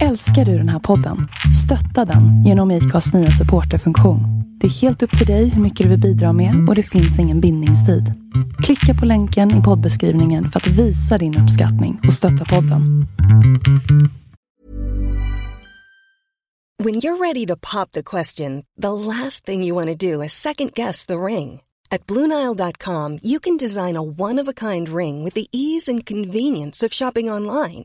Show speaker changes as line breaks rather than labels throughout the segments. Älskar du den här podden? Stötta den genom IKAs nya supporterfunktion. Det är helt upp till dig hur mycket du vill bidra med och det finns ingen bindningstid. Klicka på länken i poddbeskrivningen för att visa din uppskattning och stötta podden.
When you're ready to pop the question, the last thing you want to do is second guess the ring. At Bluenile.com, you can design a one of a kind ring with the ease and convenience of shopping online.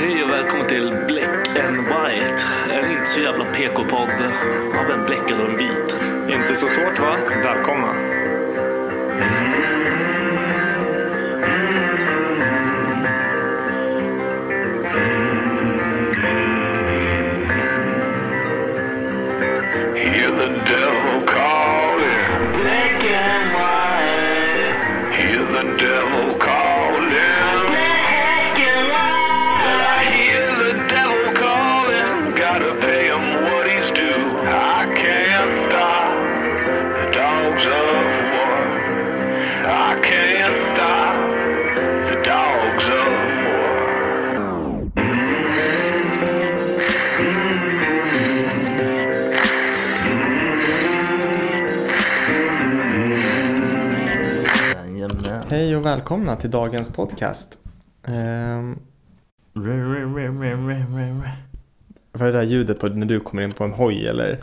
Hej och välkommen till Black and White. En inte så jävla PK-podd av en bläckad och en vit.
Inte så svårt va? Välkomna.
Hear the devil calling. Black and white. Hear the devil calling. Black and white. I hear the devil calling. Gotta pay him what he's due. I can't stop the dogs of war. I can't stop the dogs of war.
Jajamän.
Hej och välkomna till dagens podcast. Ehm,
Re, re, re, re, re, re, re.
vad är det där ljudet på när du kommer in på en hoj eller?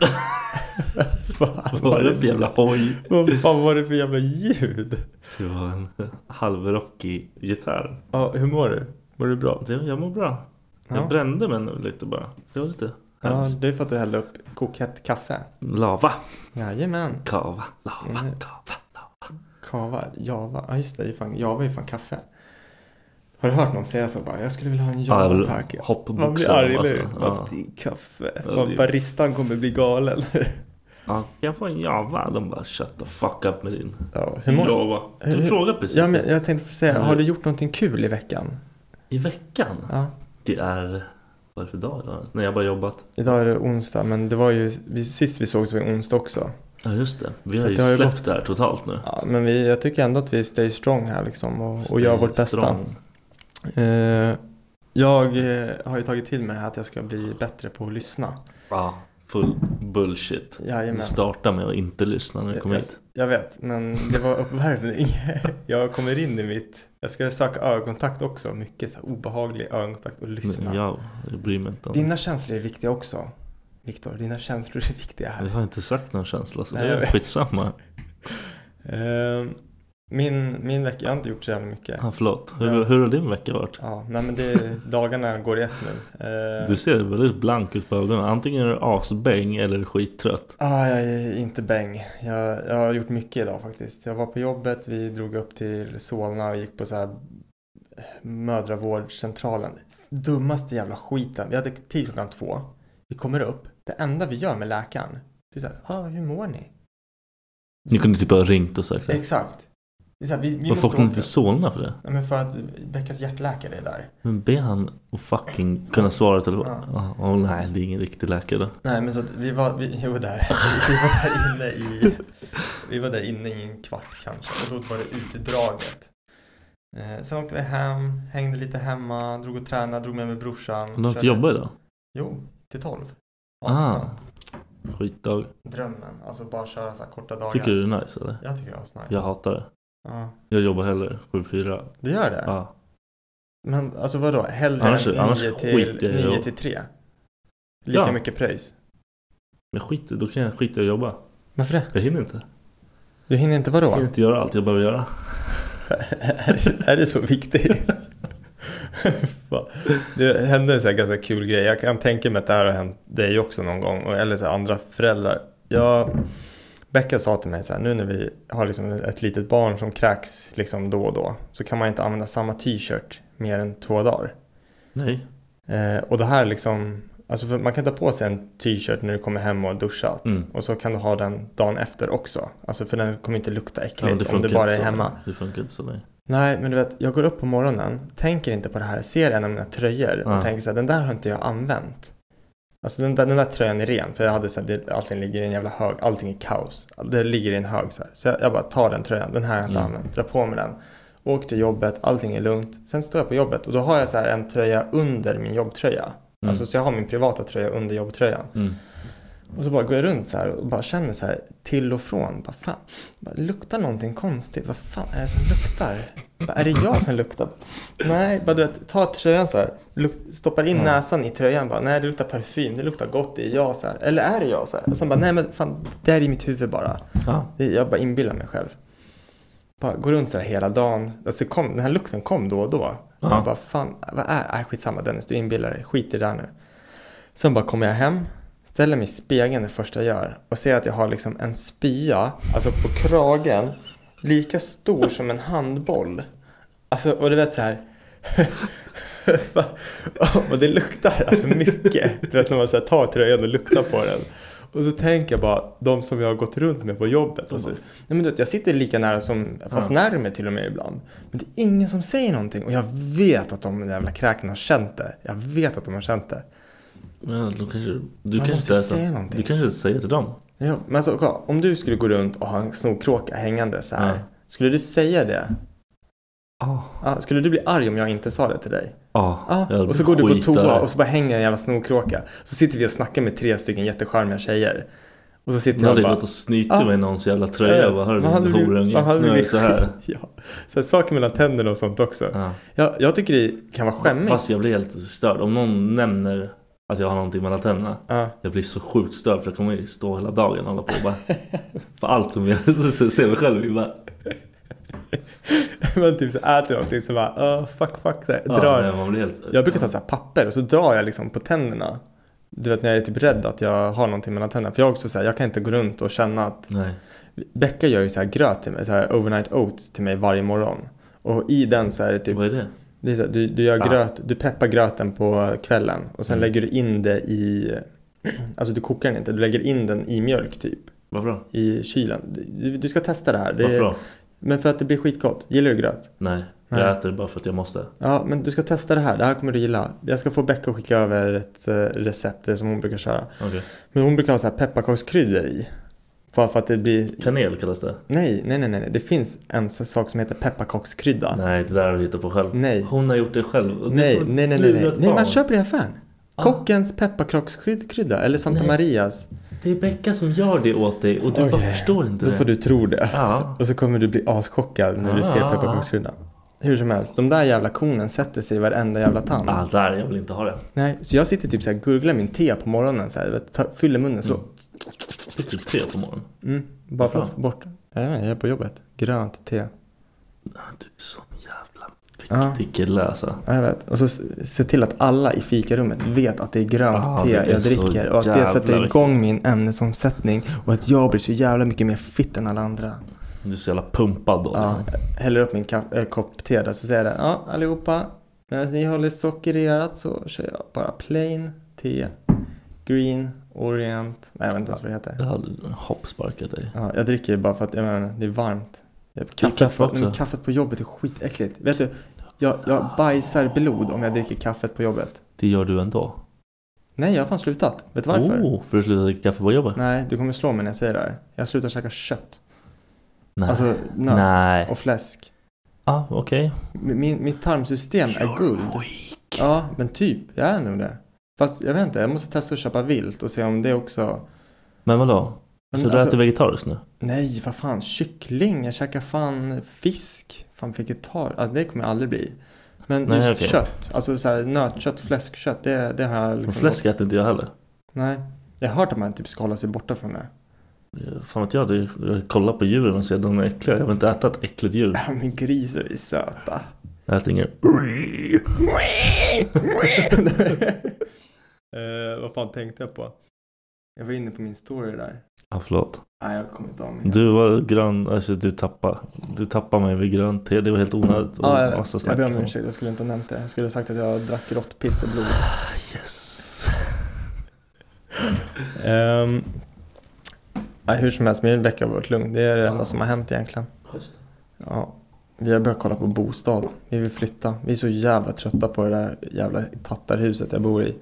vad
Vad är det för jävla hoj?
Vad fan var det för jävla ljud?
Det var en halvrockig gitarr.
Ja, hur mår du? Mår du bra?
Det, jag mår bra.
Ja.
Jag brände mig nu lite bara. Det var lite
Ja,
hemskt.
det är för att du hällde upp kokhett kaffe.
Lava,
Jajamän.
kava, lava,
Mm.
kava, lava.
Kava, java. Ja, just det. det är fan, java är ju fan kaffe. Har du hört någon säga så? Bara, jag skulle vilja ha en
Ja,
java
eller
tack.
hoppboxar,
Man blir arg,
alltså.
eller hur?
Ja.
Ja. Det är kaffe.
Ja, det
Fan,
är-
Baristan kommer bli galen.
Ja, jag får en java. De bara shut the fuck up med din
ja, hur mår
java. Du
hur-
frågade precis.
Ja, men jag tänkte få säga,
Ja.
har du gjort någonting kul i veckan?
I veckan?
Ja.
Det är... Vad är det för dag idag? Nej, jag har bara jobbat.
Idag är det onsdag, men det var ju, vi, sist vi sågs var ju onsdag också.
Ja, just det. Vi
Så
har
att
ju
det har ju
släppt
gått-
det här totalt nu.
Ja, men vi, jag tycker ändå att vi stay strong här liksom och, och
Stay
gör vårt bästa.
strong.
Eh, jag eh, har ju tagit till mig det här att jag ska bli bättre på att lyssna.
Ja, full bullshit.
Jajamän.
Starta med att inte lyssna när du kommer
jag,
hit.
jag vet, men det var uppvärmning. jag kommer in i mitt... Jag ska söka ögonkontakt också. Mycket så här obehaglig ögonkontakt och lyssna.
Men Jag, jag bryr mig inte om
Dina känslor är viktiga också. Viktor, dina känslor är viktiga här.
Jag har inte sagt någon känsla så
Nej,
det
jag
är
vet.
skitsamma.
Ehm, min, min vecka, jag har inte gjort så jävla mycket.
Ja, Ah, förlåt. Hur,
Ja.
hur har din vecka varit?
Ja, nej men det, dagarna går i ett nu. Ehm,
Du ser väldigt blank ut på ögonen. Antingen är du asbäng eller skittrött.
Ah, jag är inte bäng. Jag, jag har gjort mycket idag faktiskt. Jag var på jobbet, vi drog upp till Solna och gick på så här mödravårdscentralen. Dummaste jävla skiten. Vi hade tid klockan två. Vi kommer upp. Det enda vi gör med läkaren, det är så här, ah, hur mår ni?
Ni kunde typ ha ringt och sagt det.
Exakt. Det är så här, vi, vi
Varför
måste
åkte han
åka-
till Solna för det?
Ja, men för att Beckas hjärtläkare är där.
Men be han att fucking kunna svara i telefon. Åh åh, nej, det är ingen riktig läkare.
Nej men så att vi var, vi, jo där, vi var där inne i, vi var där inne i en kvart kanske och då var det utdraget. Eh, sen åkte vi hem, hängde lite hemma, drog och tränade, drog med mig brorsan.
Men du har inte
körde-
jobbat idag?
Jo, till tolv.
Ah.
Asskönt.
Skitdag.
Drömmen, alltså bara köra så här korta dagar.
Tycker du det är nice eller?
Jag tycker det är asnice.
Jag hatar det.
Ja.
Jag jobbar hellre 7-4.
Du gör det?
Ja.
Men alltså vadå, hellre
Annars-
än
annars
9
skiter
till,
jag i
nio
att-
till 3? Lika
Ja.
mycket pröjs?
Men skit då kan jag skita i att jobba.
Varför det?
Jag hinner inte.
Du hinner inte vadå?
Jag hinner inte göra allt jag behöver göra.
är, är det så viktigt? Fan. det hände en så här ganska kul grej. Jag kan tänka mig att det här har hänt dig också någon gång. och- Eller så här andra föräldrar. Jag, Becka sa till mig så här, nu när vi har liksom ett litet barn som kräks liksom då och då. Så kan man inte använda samma t-shirt mer än två dagar.
Nej.
Eh, och det här liksom, alltså för man kan ta på sig en t-shirt när du kommer hem och har duschat.
Mm.
Och så kan du ha den dagen efter också. Alltså för den kommer inte lukta
Ja,
äckligt om du bara
inte
är
så.
hemma.
Det funkar inte så. Nej.
Nej, men du vet, jag går upp på morgonen, tänker inte på det här, ser en av mina tröjor och
Ja.
tänker så här, den där har inte jag använt. Alltså den där, den där tröjan är ren, för jag hade så här, det, allting ligger i en jävla hög, allting är kaos. Det ligger i en hög så här. Så jag, jag bara tar den tröjan, den här har jag inte
Mm.
använt, drar på mig den. Åker till jobbet, allting är lugnt. Sen står jag på jobbet och då har jag så här en tröja under min jobbtröja. Alltså så jag har min privata tröja under jobbtröjan.
Mm.
Och så bara går jag runt så här och bara känner så här till och från. Bara, fan, bara, luktar någonting konstigt? Vad fan är det som luktar? Bara, är det jag som luktar? Nej, bara du vet, ta tröjan så här. Luk- stoppar in näsan i tröjan. Bara, nej, det luktar parfym. Det luktar gott. Det är jag så här. Eller är det jag så här? Och sen bara, nej men fan, det här är i mitt huvud bara.
Ja.
Det- Jag bara inbillar mig själv. Bara går runt så här hela dagen. Alltså kom, den här lukten kom då och då.
Ja.
Jag bara fan, vad är Nej skitsamma Dennis, du inbillar dig. Skit i det där nu. Sen bara kommer jag hem, ställer mig i spegeln det första jag gör och ser att jag har liksom en spya, alltså på kragen, lika stor som en handboll. Alltså, och du vet så här. Va? och det luktar alltså mycket. Du vet när man så här tar tröjan och luktar på den. Och så tänker jag bara, de som jag har gått runt med på jobbet. Och så, nej men du vet, jag sitter lika nära som, fast närmare till och med ibland. Men det är ingen som säger någonting. Och jag vet att de jävla kräken har känt det. Jag vet att de har känt det.
Men då kanske du... Du
Man
kanske
måste
inte
säga
ens-
någonting.
Du kanske inte säger till dem.
Ja, men alltså, kolla, om du skulle gå runt och ha en snorkråka hängande så här.
Ja.
Skulle du säga det?
Ja.
Ja, skulle du bli arg om jag inte sa det till dig?
Ja.
Ja, och så går du på toa och så bara hänger en jävla snorkråka. Så sitter vi och snackar med tre stycken jättecharmiga tjejer. Och så sitter
Nu
jag
hade
och
jag
bara...
gått och snytt
Ja.
mig i någons jävla tröja och bara hörru
Man hade
din
blivit- man
horunge.
hade
Nu är det
blivit-
så här.
Ja, så här, saker mellan tänderna och sånt också.
Ja.
Jag, jag tycker det kan vara skämmigt.
Fast jag blir helt störd. Om någon nämner att jag har någonting mellan tänderna.
Ja.
Jag blir så sjukt störd för jag kommer ju stå hela dagen och hålla på och bara... För allt som jag så ser mig själv i bara...
Men typ så äter jag någonting så bara, "Åh, fuck, fuck. Så här,
Ja,
drar.
nej, man blir helt...
Jag brukar ta så här papper och så drar jag liksom på tänderna. Du vet när jag är typ rädd att jag har någonting mellan tänderna. För jag är också så här, jag kan inte gå runt och känna att
Nej.
Becka gör ju så här gröt till mig, så här overnight oats till mig varje morgon. Och i den så är det typ,
Vad är det?
det är så här, du, du gör
Ah.
gröt, du preppar gröten på kvällen och sen
Mm.
lägger du in det i, alltså du kokar den inte, du lägger in den i mjölk typ.
Varför då?
I kylen. Du, du ska testa det här. Det,
Varför då?
Men för att det blir skitgott. Gillar du gröt?
Nej.
Nej.
Jag äter det bara för att jag måste.
Ja, men du ska testa det här. Det här kommer du gilla. Jag ska få Becka att skicka över ett eh, recept det som hon brukar köra.
Okej.
Men hon brukar ha så här pepparkakskryddor i. Bara för att det blir
Kanel kallas det.
Nej, nej, nej, nej. Det finns en så- sak som heter pepparkakskrydda. Nej,
Nej, det där har du hittat på själv.
Nej.
Hon har gjort det själv. Och det är
nej,
som ett
nej, nej, nej. nej.
lurat barn.
man köper det i affären. Kockens pepparkakskrydda eller Santa
Nej.
Marias.
Det är Becka som gör det åt dig och du bara
Okej,
förstår inte
Då
det.
får du tro det.
Ja.
Och så kommer du bli aschockad när du ser
Ah.
pepparkakskrydda. Hur som helst, de där jävla kornen sätter sig i varenda jävla tand.
Ah, där, jag vill inte ha det.
Nej, så jag sitter typ så här gurglar min te på morgonen så här, vet, ta- fyller munnen
Mm.
så.
Fick du te typ på morgonen?
Mm, bara för att
Varför?
få bort. Jag vet inte, jag är på jobbet. Grönt te.
Du är sån jävla
Ja.
viktig kille alltså.
Ja, jag vet. Och så se- se till att alla i fikarummet vet att det är grönt
Ah,
te
det är
jag
så
dricker och att det
jävla
sätter
viktigt.
igång min ämnesomsättning och att jag blir så jävla mycket mer fitt än alla andra.
Du är så jävla pumpad då.
Ja,
liksom.
jag häller upp min ka- äh, kopp te där så säger jag det. Ja, allihopa. Medan ni håller socker i örat så kör jag bara plain te. Green, orient. Nej, jag vet inte ens vad det heter.
Jag hade hoppsparkat dig.
Ja, jag dricker ju bara för att jag menar, det är varmt. Kaffet,
kaffe
på,
också.
men kaffet på jobbet är skitäckligt. Vet du, jag, jag bajsar blod om jag dricker kaffet på jobbet.
Det gör du ändå.
Nej, jag har fan slutat. Vet du varför?
Oh, för att sluta dricka kaffe på jobbet?
Nej, du kommer slå mig när jag säger det här. Jag slutar käka kött.
Nej.
Alltså nöt
Nej.
och fläsk.
ah, okej.
Min, min, mitt tarmsystem är guld. Ja, men typ. Jag är nog det. Fast jag vet inte, jag måste testa att köpa vilt och se om det också...
Men vadå?
Men
så du
alltså-
äter vegetariskt nu?
Nej, vad fan. Kyckling. Jag käkar fan fisk. Fan vegetar. Alltså, det kommer jag aldrig bli. Men
Nej,
just
okej.
kött. Alltså så här, nötkött, fläskkött. Det, det har jag liksom...
Fläsk äter inte jag heller.
Nej. Jag har hört att man typ ska hålla sig borta från det.
Fan vet jag, det är- jag kollar på djuren och ser att de är äckliga. Jag vill inte äta ett äckligt djur.
Ja, men grisar är söta.
Jag äter inget.
Eh, vad fan tänkte jag på? Jag var inne på min story där.
Ah, förlåt.
Nej, jag kommer inte av mig.
Du var grön, alltså du tappade. Du tappade mig vid grönt te. Det var helt onödigt. och
Ja, jag,
massa
jag
snack
ber om
som-
ursäkt. Jag skulle inte ha nämnt det. Jag skulle ha sagt att jag drack råttpiss och blod.
Yes.
Ehm, nej, hur som helst, min vecka har varit lugn. Det är det enda som har hänt egentligen. Ja, vi har börjat kolla på bostad. Vi vill flytta. Vi är så jävla trötta på det där jävla tattarhuset jag bor i.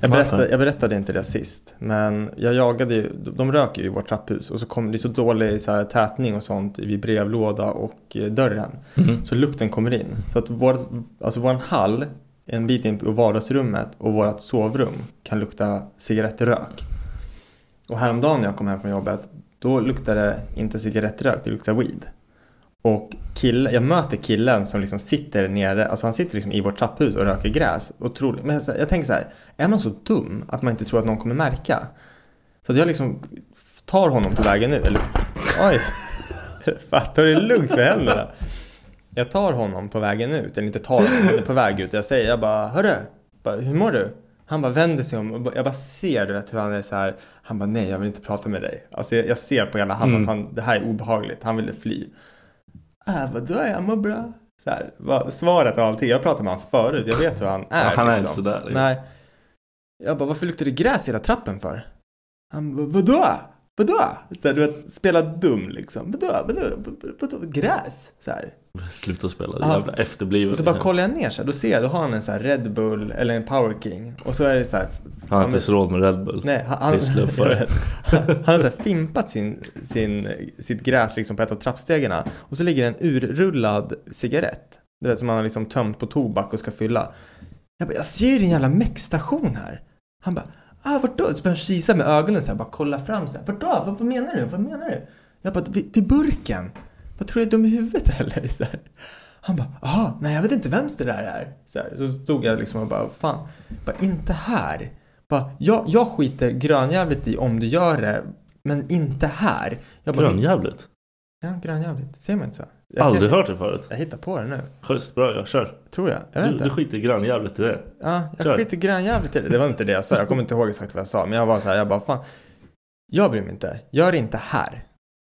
Jag
Varför?
berättade, jag berättade inte det sist, men jag jagade ju, de röker ju i vårt trapphus och så kom det är så dålig så här, tätning och sånt vid brevlåda och eh, dörren. Så lukten kommer in. Så att vår, alltså vår hall, en bit in på vardagsrummet och vårt sovrum kan lukta cigarettrök. Och häromdagen när jag kom hem från jobbet, då luktade det inte cigarettrök, det luktade weed. Och kille, jag möter killen som liksom sitter nere, alltså han sitter liksom i vårt trapphus och röker gräs. Otroligt. Men så- jag tänker så här, är man så dum att man inte tror att någon kommer märka? Så att jag liksom tar honom på vägen nu, eller oj, fattar du det är lugnt för händerna? Jag tar honom på vägen ut, eller inte tar honom, men på väg ut. Jag säger, jag bara, hörru, bara, hur mår du? Han bara vänder sig om och ba- jag bara ser du vet, hur han är så här. Han bara, nej jag vill inte prata med dig. Alltså jag, jag ser på hela han
Mm.
att han, det här är obehagligt, han ville fly. Äh, vadå, jag mår bra. Så här, vad, svaret och allting, jag pratade med honom förut, jag vet hur han är.
Ja, han är inte sådär, liksom.
Nej. Jag bara, varför luktar det gräs i hela trappen för? Han bara, vadå? Vadå? Så här, du vet, spela dum liksom. Vadå? Vadå? Vadå? vadå? Gräs? Så här.
Sluta spela, det
Ja.
jävla efterbliven.
Och så bara kollar jag ner så här, då ser jag, då har han en så här Red Bull eller en Power King. Och så är det så här,
Han har
Ja, men-
inte så råd med Red Bull.
nej, han, han,
Pissluffare.
han har så här fimpat sin, sin, sitt gräs liksom på ett av trappstegen. Och så ligger det en urrullad cigarett. Det där som han har liksom tömt på tobak och ska fylla. Jag bara, jag ser ju din jävla mäckstation här. Han bara, ah vart då? Så börjar han kisa med ögonen så här, bara kolla fram så här. Vart då? Vad, vad menar du? Vad menar du? Jag bara, vid, vid burken. Vad tror du, är dum i huvudet eller? Så här. Han bara, aha, nej jag vet inte vems det där är. Så, här, så stod jag liksom och bara, fan, bara inte här. Bara, jag, jag skiter grönjävligt i om du gör det, men inte här. Jag bara,
Grönjävligt.
Ja, grönjävligt. Ser man inte så? Jag
Aldrig
kanske-
hört det förut.
Jag hittar på det nu,
Schysst, bra, jag kör.
tror jag. Jag vet
Du,
inte.
du skiter i grönjävligt i det.
Ja,
Kör.
jag skiter grönjävligt i det. Det var inte det jag sa. Jag kommer inte ihåg exakt vad jag sa. Men jag var så här, jag bara fan. Jag bryr mig inte. Gör det inte här.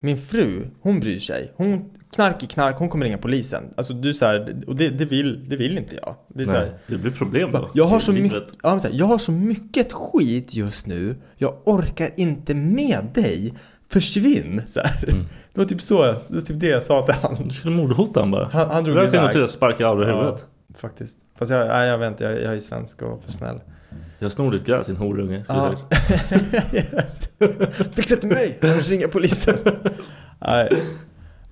Min fru, hon bryr sig. Hon knark i knark, hon kommer ringa polisen. Alltså du så här, och det, det, vill, det vill inte jag. Det är så här,
Nej, det blir problem
bara,
då.
jag, har
i
så
livet.
mycket, ja, men så här, jag har så mycket skit just nu. Jag orkar inte med dig. Försvinn! Så här.
Mm.
Det var typ så, det var typ det jag sa till han.
Du skulle mordhota han bara.
Han- han drog
jag kunde
iväg.
till att sparka av dig i
Ja,
huvudet.
faktiskt. Fast jag, nej, jag vet inte, jag, jag är svensk och för snäll.
Jag snor ditt gräs din horunge. skulle
Ja.
jag sagt.
Yes. Fixa till mig, annars ringer jag polisen. Nej.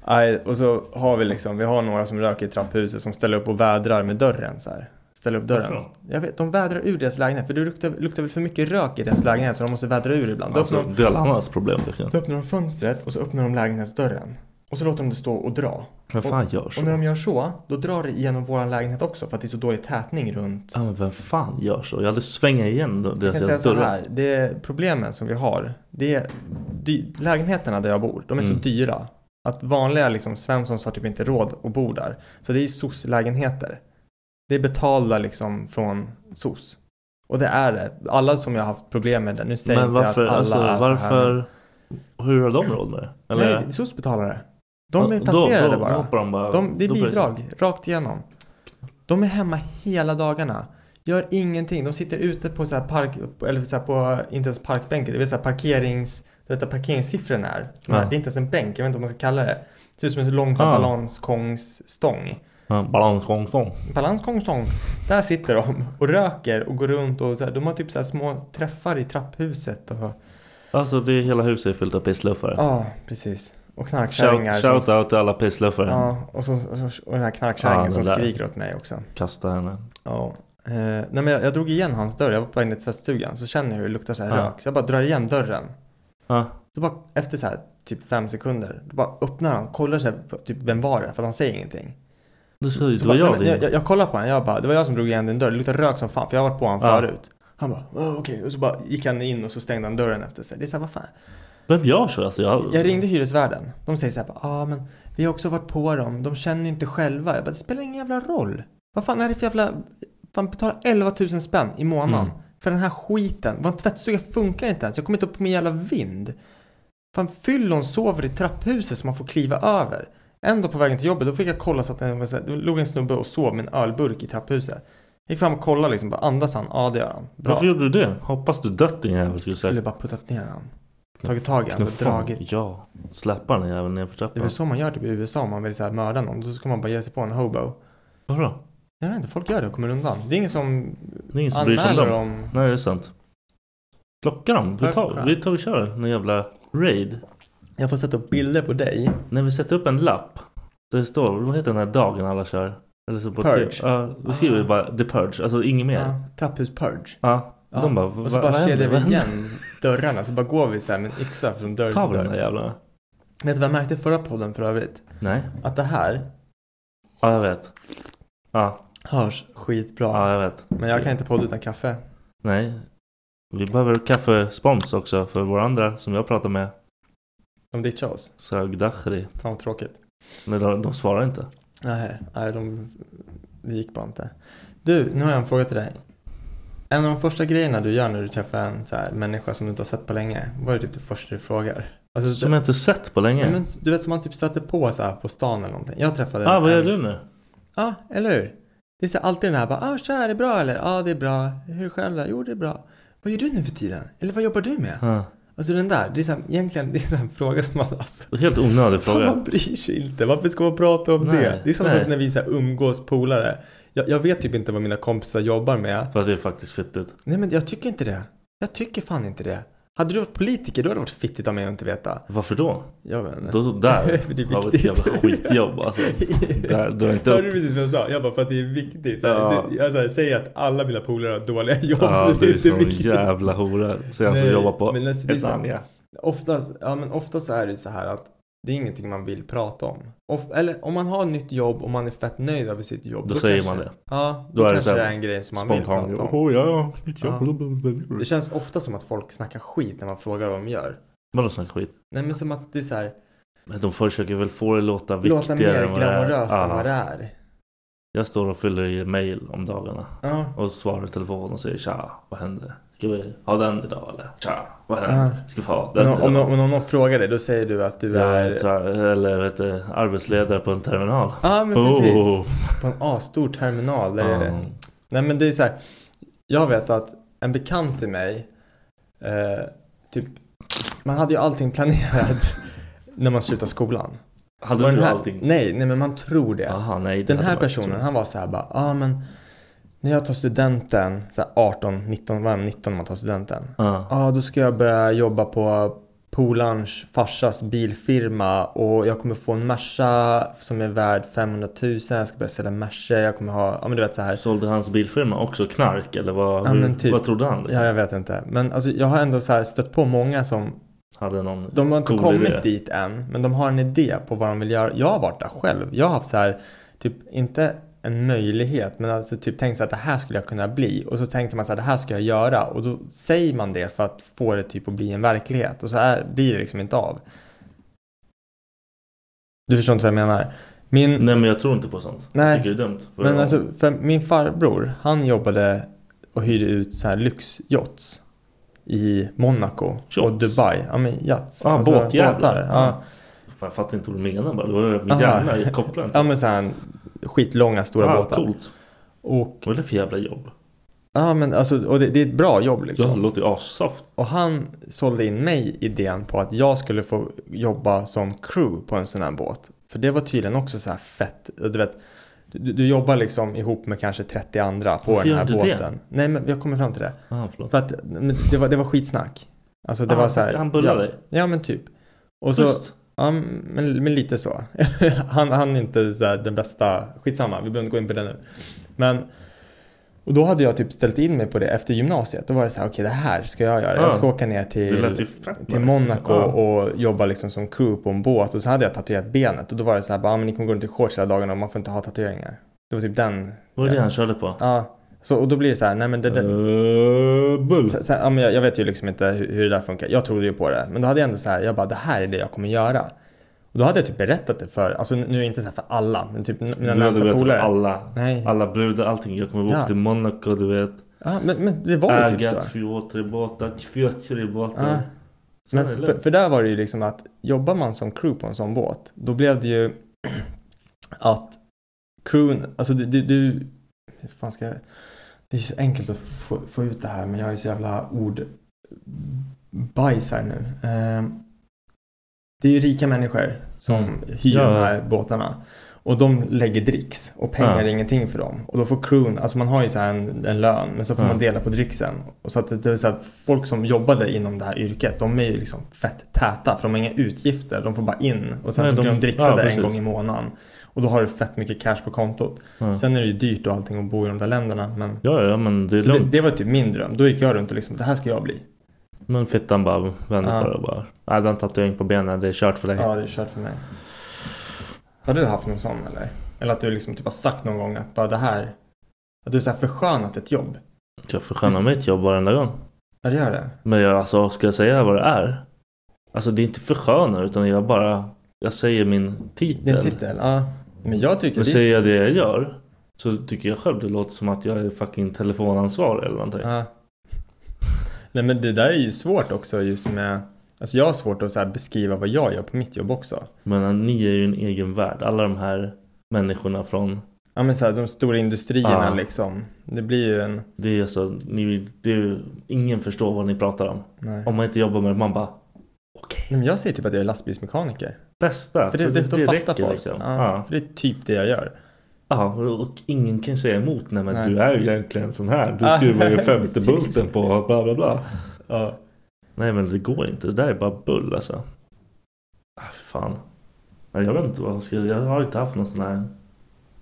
Nej, och så har vi liksom, vi har några som röker i trapphuset som ställer upp och vädrar med dörren så här. Ställer upp dörren.
Varför
Jag vet, de vädrar ur deras lägenhet för det luktar, luktar väl för mycket rök i deras lägenhet så de måste vädra ur ibland. Då,
Alltså,
öppnar, de,
det är alla andras problem. liksom. verkligen.
då öppnar de fönstret och så öppnar de lägenhetsdörren. Och så låter de det stå och dra.
Vem fan gör
Och när
så?
de gör så, då drar det igenom våran lägenhet också för att det är så dålig tätning runt
Ja, men vem fan gör så? Jag hade svänga igen då-
Jag
deras
kan säga
jävla
så
dörrar.
här, det problemen som vi har, det är dy- lägenheterna där jag bor, de är så
Mm.
dyra. Att vanliga liksom Svenssons har typ inte råd att bo där. Så det är SOS-lägenheter. Det är betalda liksom från SOS. Och det är det. Alla som jag har haft problem med det, nu säger
Men
jag inte
varför,
att alla
alltså,
är så här. men-
varför? Hur har de råd med det? Eller?
Nej, SOS betalar det. De är
Då-
placerade
då, då,
bara.
hoppar de bara.
De, det är
då blir
bidrag, rakt igenom. De är hemma hela dagarna. Gör ingenting. De sitter ute på så här park, eller så här på, inte ens parkbänken, det vill säga parkerings... detta parkeringssiffren är.
Ja.
Det är inte ens en bänk, jag vet inte vad man ska kalla det. Det ser ut som en lång
Ah.
ah. balansgångsstång.
Ja, Balansgång, stång.
Balansgångsstång. Där sitter de och röker och går runt och så här, de har typ så här små träffar i trapphuset. Och,
Alltså det är hela huset är fullt av pissluffare.
Ja, precis. Och knarkkärringar.
Shout,
som-
shout out till alla pissluffare.
Ja, och, så, och, så, och den här knarkkärringen
Ja, den
som
där.
skriker åt mig också.
Kasta henne.
Ja. Eh, nej men jag, jag drog igen hans dörr, jag var på väg ner till tvättstugan. Så känner jag hur det luktar så här
Ja.
rök. Så jag bara drar igen dörren.
Ja.
Då bara, efter så här typ fem sekunder, då bara öppnar han, kollar så här, på, typ vem var det? För att han säger ingenting.
Du sa ju,
Så
det var
bara,
jag
"Nej, men
din.
jag, jag, jag kollar på honom, jag bara, det var jag som drog igen din dörr, det luktar rök som fan för jag har varit på honom
Ja.
förut. Han bara, "Åh, okej, och så bara gick han in och så stängde han dörren efter sig. Det är så här, vad fan.
Vem gör så? Alltså, jag...
Jag ringde hyresvärden, de säger så här, bara, ah, men vi har också varit på dem, de känner inte själva. Jag bara, det spelar ingen jävla roll. Vad fan är det för jävla, fan betala 11 000 spänn i månaden
Mm.
för den här skiten. Vår tvättstuga funkar inte ens, jag kommer inte upp på min jävla vind. Fan fyllon sover i trapphuset som man får kliva över. En dag på vägen till jobbet, då fick jag kolla så att den var så här, det låg en snubbe och sov med en ölburk i trapphuset. Gick fram och kollade liksom, bara andas han? Ja det gör han. Bra.
Varför gjorde du det? Hoppas du dött din jävel skulle jag
skulle
säga.
bara puttat ner han. Tagit tag i han och
Knuffa honom.
dragit.
Ja. Släppa den jäveln nerför
Det är
trappan.
väl så man gör typ i USA om man vill så här mörda någon. Då ska man bara ge sig på en hobo.
Varför då?
Jag vet inte, folk gör det och kommer undan. Det är ingen som
Det är ingen som bryr sig om
anmäler
dem.
om...
Nej, det är sant. Plocka dem. Vi tar, vi tar och kör en jävla raid.
Jag får sätta upp bilder på dig.
När vi sätter upp en lapp. Där det står, vad heter den här dagen alla kör? Eller så på
Purge.
Ja, då skriver vi bara the purge. Alltså inget mer.
Ja, trapphus purge.
Ja.
Ja.
De bara,
och så
"Va-
bara
vad händer?
kedjar
Vad
vi
händer?"
igen dörrarna. Så bara går vi så här med en yxa som dörr
Ta vi
till
den där
dörr.
jävlarna?
Vet du vad jag märkte i förra podden för övrigt?
Nej.
Att det här
Ja, jag vet. Ja,
hörs skitbra.
ja jag vet.
Men jag kan inte podda utan kaffe.
Nej. Vi behöver kaffespons också för vår andra som jag pratar med.
De ditchar oss.
Sög Dakhri.
Fan vad tråkigt.
Men de, de svarar inte.
Nej, nej de, det gick bara inte. Du, nu har jag en fråga till dig. En av de första grejerna du gör när du träffar en så här, människa som du inte har sett på länge, vad är typ det första du frågar? Alltså,
Som jag inte sett på
Nej,
länge.
men, du vet som man typ stöter på så här på stan eller någonting. Jag träffade
Ah, vad gör
en-
du nu?
Ja, eller hur? Det är så här alltid den här bara, ah, tja, är det bra eller? Ja, det är bra. Hur är det själv då? Jo, det är bra. Vad gör du nu för tiden? Eller vad jobbar du med?
Ja.
Alltså den där, det är så här, egentligen det är så här en fråga som man alltså,
Helt onödig
Fråga. Man
fråga.
bryr sig inte. Varför ska man prata om
Nej,
det? Det är samma
nej.
sak när vi så här umgås polare. Jag, jag vet typ inte vad mina kompisar jobbar med.
Fast det är faktiskt fittigt.
Nej men jag tycker inte det. Jag tycker fan inte det. Hade du varit politiker då hade det varit fittigt av mig att inte veta.
Varför då?
Jag vet inte.
Då, då där
För det är
har vi ett
viktigt.
jävla skitjobb alltså. Där drar inte
Hörde du
upp.
precis vad jag sa? Jag bara för att det är viktigt. Så här,
Ja.
det- Jag så här, säger att alla mina polare har dåliga jobb
Ja, du
så det är
är
inte
sån
viktigt.
jävla hora. Säger han som
Nej,
jobbar på
men alltså, det är så-
Esania.
Oftast, ja, men oftast så är det så här att det är ingenting man vill prata om. Of, eller om man har ett nytt jobb och man är fett nöjd över sitt jobb.
Då säger
kanske,
man det.
Ja, då,
Då är det
kanske
så
det
här
är en grej som man vill
Spontant.
prata om.
Åh ja, mitt
Ja.
jobb.
Det känns ofta som att folk snackar skit när man frågar vad de gör.
Vadå snackar skit?
Nej men som att det är så här,
Men de försöker väl få det låta viktigare
låta mer
än vad det är.
glamoröst än
Ja.
vad det är.
Jag står och fyller i mail om dagarna.
Ja.
Och svarar i telefon och säger tja, vad händer? Ska vi ha den idag eller? Tja, vad
Ja.
händer? Ska vi ha den
Men om, om,
idag?
någon- om någon frågar dig, då säger du att du
Jag
är...
är tra- eller vet du, arbetsledare på en terminal.
Ja men precis.
Oh. Ah.
På en asstor terminal. Där
Ja.
det är... Nej men det är så här. Jag vet att en bekant till mig. Eh, typ. Man hade ju allting planerat. när man slutade skolan. Och
Hade
den
du
här,
allting?
Nej, nej men man tror det.
Aha, nej, det
den
hade
här
varit
personen
så.
han var så här bara. Ja ah, men. När jag tar studenten. Så här 18, 19. Vad är man 19 när man tar studenten? Ja
Ja.
ah, då ska jag börja jobba på polarns farsas bilfirma och jag kommer få en Merca som är värd 500 000. Jag ska börja sälja Merca. Jag kommer ha, ja men du vet så här.
Sålde hans bilfirma också knark eller vad,
Ja,
hur,
men typ.
vad trodde han? Liksom?
Ja, jag vet inte. Men alltså, jag har ändå så här stött på många som,
Hade någon
de har inte
cool
kommit
idé?
dit än, men de har en idé på vad de vill göra. Jag har varit där själv. Jag har haft så här, typ inte en möjlighet, men alltså typ tänkt så här, det här skulle jag kunna bli. Och så tänker man så här, det här ska jag göra. Och då säger man det för att få det typ att bli en verklighet. Och så här blir det liksom inte av. Du förstår inte vad jag menar? Min,
Nej men jag tror inte på sånt.
Nej.
Jag tycker det är dumt. För
men
jag-
alltså, för min farbror, han jobbade och hyrde ut så här lyxyachts i Monaco och
Yachts?
Dubai. Ja, men yachts. Alltså,
Ah, båtjävlar.
Ja.
Fan, jag fattar inte vad du menar bara. Det var min
Aha.
hjärna jag kopplade inte.
ja, men så här skitlånga stora
Ah,
båtar.
Coolt.
Och
Vad är det för jävla jobb?
Ja, men alltså, och det, det är ett bra jobb liksom.
Ja, det låter ju assoft.
Och han sålde in mig idén på att jag skulle få jobba som crew på en sån här båt. För det var tydligen också så här fett. Du vet, du, du jobbar liksom ihop med kanske 30 andra på
Varför
den här
gör du det?
båten. Nej, men jag kommer fram till det.
Ah, förlåt.
För att men det, var, det var skitsnack. Alltså det
Ah,
var så här.
han bullade
ja,
dig?
ja, men typ. Och så,
Schysst.
ja, men, men lite så. han, han är inte så här den bästa. Skitsamma, vi behöver inte gå in på det nu. Men, och då hade jag typ ställt in mig på det efter gymnasiet. Då var det så här, okej det här ska jag göra.
Ja.
Jag ska åka ner
Ah. Det lät ju
till,
fett nice. Ah.
till Monaco
Ja.
och jobba liksom som crew på en båt. Och så hade jag tatuerat benet. Och då var det så här, bara, ah, men ni kommer gå runt i shorts hela dagarna och man får inte ha tatueringar. Det var typ den.
Vad var det han körde på?
Ja. Så, och då blir det så här, nej men det, det,
Ah. Eh, bull.
så, så, ja, men jag, jag vet ju liksom inte hur, hur det där funkar. Jag trodde ju på det. Men då hade jag ändå så här, jag bara det här är det jag kommer göra. Och då hade jag typ berättat det för, alltså nu är det inte så här för alla, men typ n-
Du
mina
hade
närmsta
berättat för
polare.
alla.
Nej.
Alla brudar, allting. Jag kommer
Ja.
åka till Monaco, du vet.
Ja, men, men det var ju typ
Äga
så.
två, tre båtar. Två, tre
Ja.
båtar. Sen
Men
är det
för,
lugnt.
för där var det ju liksom att jobbar man som crew på en sån båt, då blev det ju att crewen, alltså du, du, du hur fan ska jag, det är så enkelt att få, få ut det här men jag är så jävla ordbajs här nu. Eh, det är ju rika människor som
Mm.
hyr
Ja,
de
ja.
här båtarna. Och de lägger dricks och pengar
Ja.
är ingenting för dem. Och då får crewn, alltså man har ju så här en, en lön men så får
Ja.
man dela på dricksen. Och så att det- det är så här, folk som jobbade inom det här yrket de är ju liksom fett täta för de har inga utgifter. De får bara in och sen
Nej,
så blir
de-
de dricksade
ja, precis.
en gång i månaden. Och då har du fett mycket cash på kontot.
Ja.
Sen är det ju dyrt och allting att bo i de där länderna. Men
Ja, ja, men det är
så det,
lugnt.
det var typ min dröm. Då gick jag runt och liksom, det här ska jag bli.
Men fittan bara vände
Ja.
på det och bara. Nej, den tatuering på benen, det är kört för dig.
Ja, det är kört för mig. Har du haft någon sån eller? Eller att du liksom typ har sagt någon gång att bara det här, att du så här förskönat ett jobb?
Jag förskönar mitt jobb varenda gång.
Ja, det gör det.
Men jag, alltså, ska jag säga vad det är? Alltså det är inte förskönar utan jag bara, jag säger min
Din
titel.
titel? Ja. Men jag tycker
Men
det är-
säger jag det jag gör så tycker jag själv det låter som att jag är fucking telefonansvarig eller någonting.
Ja. Nej men det där är ju svårt också just med Alltså jag har svårt att så här beskriva vad jag gör på mitt jobb också.
Men äh, ni är ju en egen värld. Alla de här människorna från,
Ja men så här, de stora industrierna
Ja.
liksom. Det blir ju en...
det är alltså, ni, det är, ju- ingen förstår vad ni pratar om.
Nej.
Om man inte jobbar med det, man bara
Nej men jag säger typ att jag är lastbilsmekaniker.
bästa.
För det, det, då fattar
räcker
folk.
liksom.
Ja,
Ja.
För det är typ det jag gör.
Ja, och ingen kan säga emot. Nej men
Nej.
du är ju egentligen sån här. Du
Ah.
skruvar ju femte bulten på bla bla bla.
Ja.
Nej men det går inte. Det där är bara bull alltså. Ah, för fan. Nej, Jag vet inte vad jag ska Jag har inte haft någon sån här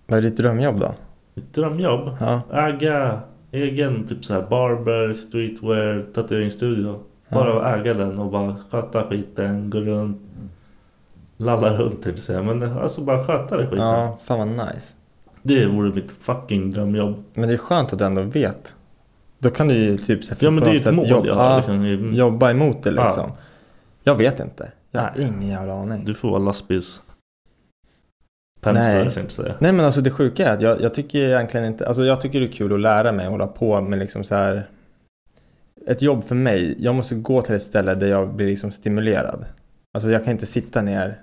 Vad är ditt drömjobb då?
mitt drömjobb.
Ja.
Äga egen typ så här barber, streetwear, tatueringsstudio. Bara äga den och bara sköta skiten, gå runt. Lalla runt tänkte jag säga. Men alltså bara sköta det skiten.
Ja, fan vad nice.
Det vore mitt fucking drömjobb.
Men det är skönt att du ändå vet. Då kan du ju typ så här,
Ja men det är ju
på
ett
något
mål
sätt
jag har.
ja,
Liksom. Mm.
jobba emot det liksom. Jag vet inte. Jag har
Nej.
ingen jävla aning.
Du får vara lastbils...
Nej.
Penslar tänkte jag säga.
Nej men alltså det sjuka är att jag, jag tycker egentligen inte, alltså jag tycker det är kul att lära mig och hålla på med liksom så här. Ett jobb för mig, jag måste gå till ett ställe där jag blir liksom stimulerad. Alltså jag kan inte sitta ner.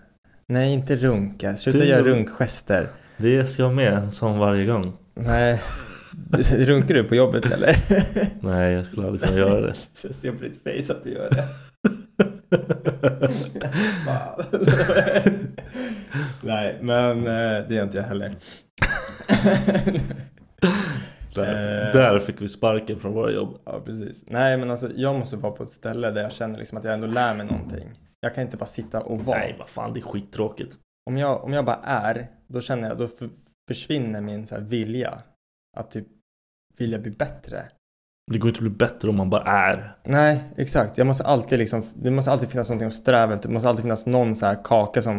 Nej inte runka, sluta
Det-
göra runkgester.
Det ska jag med en sån varje gång.
Nej. Runkar du på jobbet eller?
Nej, jag skulle aldrig kunna göra det.
Jag ser på ditt face att du gör det. Fan. Nej, men eh, det gör inte jag heller.
Där,
Eh.
där fick vi sparken från våra jobb.
Ja, precis. Nej, men alltså jag måste vara på ett ställe där jag känner liksom att jag ändå lär mig någonting. Jag kan inte bara sitta och vara.
Nej, vad fan, det är skittråkigt.
Om, jag, om jag bara är, då känner jag, då f- försvinner min så här, vilja. Att typ vilja bli bättre.
Det går inte att bli bättre om man bara är.
Nej, exakt. Jag måste alltid liksom, det måste alltid finnas någonting att sträva efter. Det måste alltid finnas någon så här kaka som,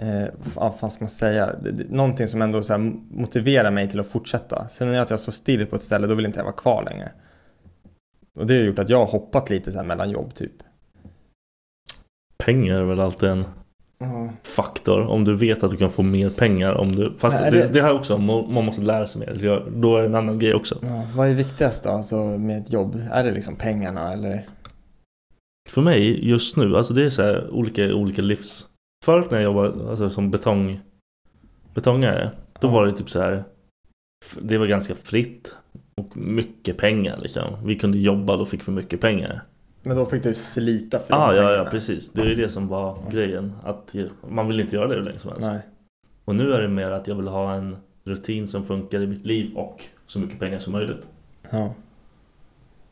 eh, vad fan ska man säga? Det- det- Någonting som ändå så här motiverar mig till att fortsätta. Sen när jag att jag står still på ett ställe, då vill inte jag vara kvar längre. Och det har gjort att jag har hoppat lite så här mellan jobb typ.
Pengar är väl alltid en faktor. Om du vet att du kan få mer pengar om du... Fast
Nej,
det,
det-
det här också, må- man måste lära sig mer. Jag- Då är det en annan grej också.
Ja, vad är viktigast då, alltså med ett jobb? Är det liksom pengarna eller?
För mig just nu, alltså det är så här olika, olika livs... Förut när jag jobbade alltså, som betong, betongare, då var det typ så här... f- Det var ganska fritt. Och mycket pengar liksom. Vi kunde jobba, då fick vi mycket pengar.
Men då fick du slita för
Ah,
de
ja, ja,
pengarna.
precis. Det är ju det som var grejen. Att ge- man vill inte göra det hur länge som helst.
Nej.
Och nu är det mer att jag vill ha en rutin som funkar i mitt liv och så mycket pengar som möjligt.
Ja.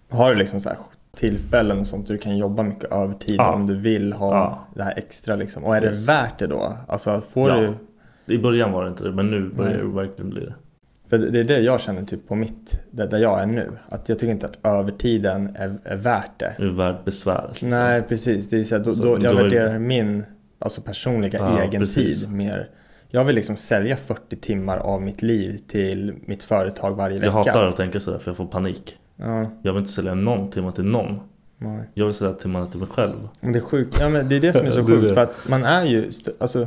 Har du liksom så här tillfällen och sånt du kan jobba mycket övertid
Ja.
om du vill ha
Ja.
det här extra liksom. Och är det
Yes.
värt det då? Alltså får
Ja.
du...
I början var det inte det, men nu börjar
Nej.
det verkligen bli det.
För det det är det jag känner typ på mitt, där där jag är nu. Att jag tycker inte att övertiden är, är värt det.
Det är värt besväret. liksom.
Nej precis, det är så här, då,
Så
då, jag
då är-
värderar min alltså personliga
Ja,
egen
precis.
tid mer. Jag vill liksom sälja 40 timmar av mitt liv till mitt företag varje
Jag
vecka.
hatar att tänka sådär för jag får panik.
Ja,
Jag vill inte sälja någon timma till någon.
nej.
Jag vill sälja timmarna till mig själv.
Men det är sjukt, ja, men det är det som är så
Det är
sjukt
det.
för att man är ju, st- alltså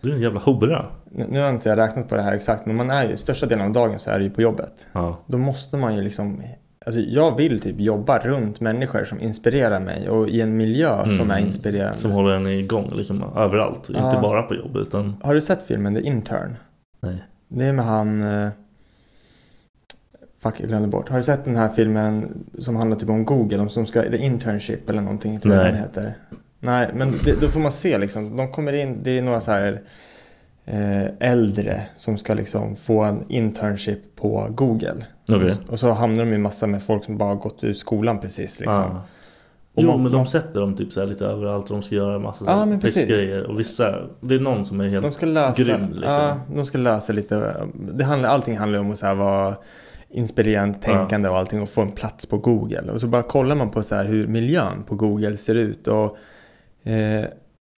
Du är en jävla hora.
Nu nu har inte jag räknat på det här exakt, men man är ju, största delen av dagen så är det ju på jobbet.
Ja.
Då måste man ju liksom, alltså jag vill typ jobba runt människor som inspirerar mig och i en miljö som är
Mm.
inspirerande.
Som håller en igång liksom överallt.
Ja.
Inte bara på jobb utan...
Har du sett filmen The Intern?
Nej.
Det är med han, eh, fuck jag glömde bort. Har du sett den här filmen som handlar typ om Google, de som ska, The Internship eller någonting tror jag
Nej.
den heter. Nej, men det, då får man se liksom, de kommer in, det är några så här eh, äldre som ska liksom få en internship på Google.
Okej.
Och så hamnar de i massa med folk som bara har gått ur skolan precis liksom.
Ah.
Och
Jo
man-
men de
man-
sätter dem typ så här lite överallt och de ska göra massa
Ja,
ah,
men precis.
grejer Och vissa, det är någon som är helt
De ska lösa,
grym liksom.
ja, de ska lösa lite, det handlar, allting handlar ju om att så här vara inspirerande tänkande och allting och få en plats på Google. Och så bara kollar man på så här hur miljön på Google ser ut och eh,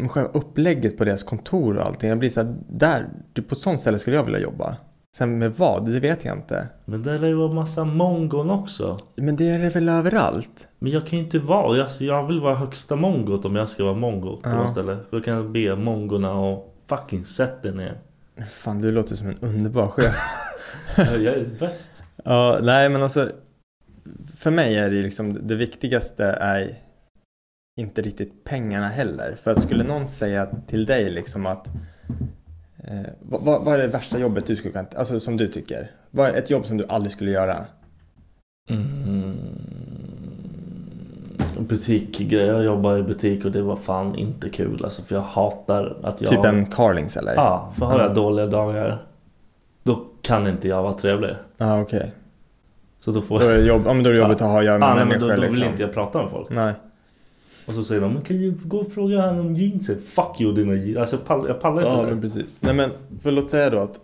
men själva upplägget på deras kontor och allting. Jag blir så här, där, du, på ett sånt ställe skulle jag vilja jobba. Sen med vad, det vet jag inte.
Men det lär ju vara massa mongon också.
Men det är det väl överallt?
Men jag kan ju inte vara, jag, jag vill vara högsta mongot om jag ska vara mongo på
Ja.
något ställe. Då kan jag be mongorna och fucking sätt er ner.
Fan, du låter som en underbar chef.
Jag är bäst.
Ja, nej men alltså för mig är det ju liksom det viktigaste är inte riktigt pengarna heller. För att skulle någon säga till dig liksom att eh, vad, vad vad är det värsta jobbet du skulle kunna, alltså som du tycker? Vad är ett jobb som du aldrig skulle göra?
Mm. Butikgrejer, jag jobbar i butik och det var fan inte kul alltså för jag hatar att jag...
Typ en Mm. Carlings eller?
Ja, för har jag dåliga dagar då kan inte jag vara trevlig.
Ja, okej.
Så då får
Då är det jobb, ja, men då är det jobbet att ha att göra med
Ah, nej, men
människor
då, då vill
liksom.
inte jag prata med folk.
Nej.
Och så säger de, men kan du gå och fråga han om jeansen? Fuck you dina jeans. Alltså jag pallar, jag pallar inte
Ja,
det.
men precis. Nej, men för låt säga då att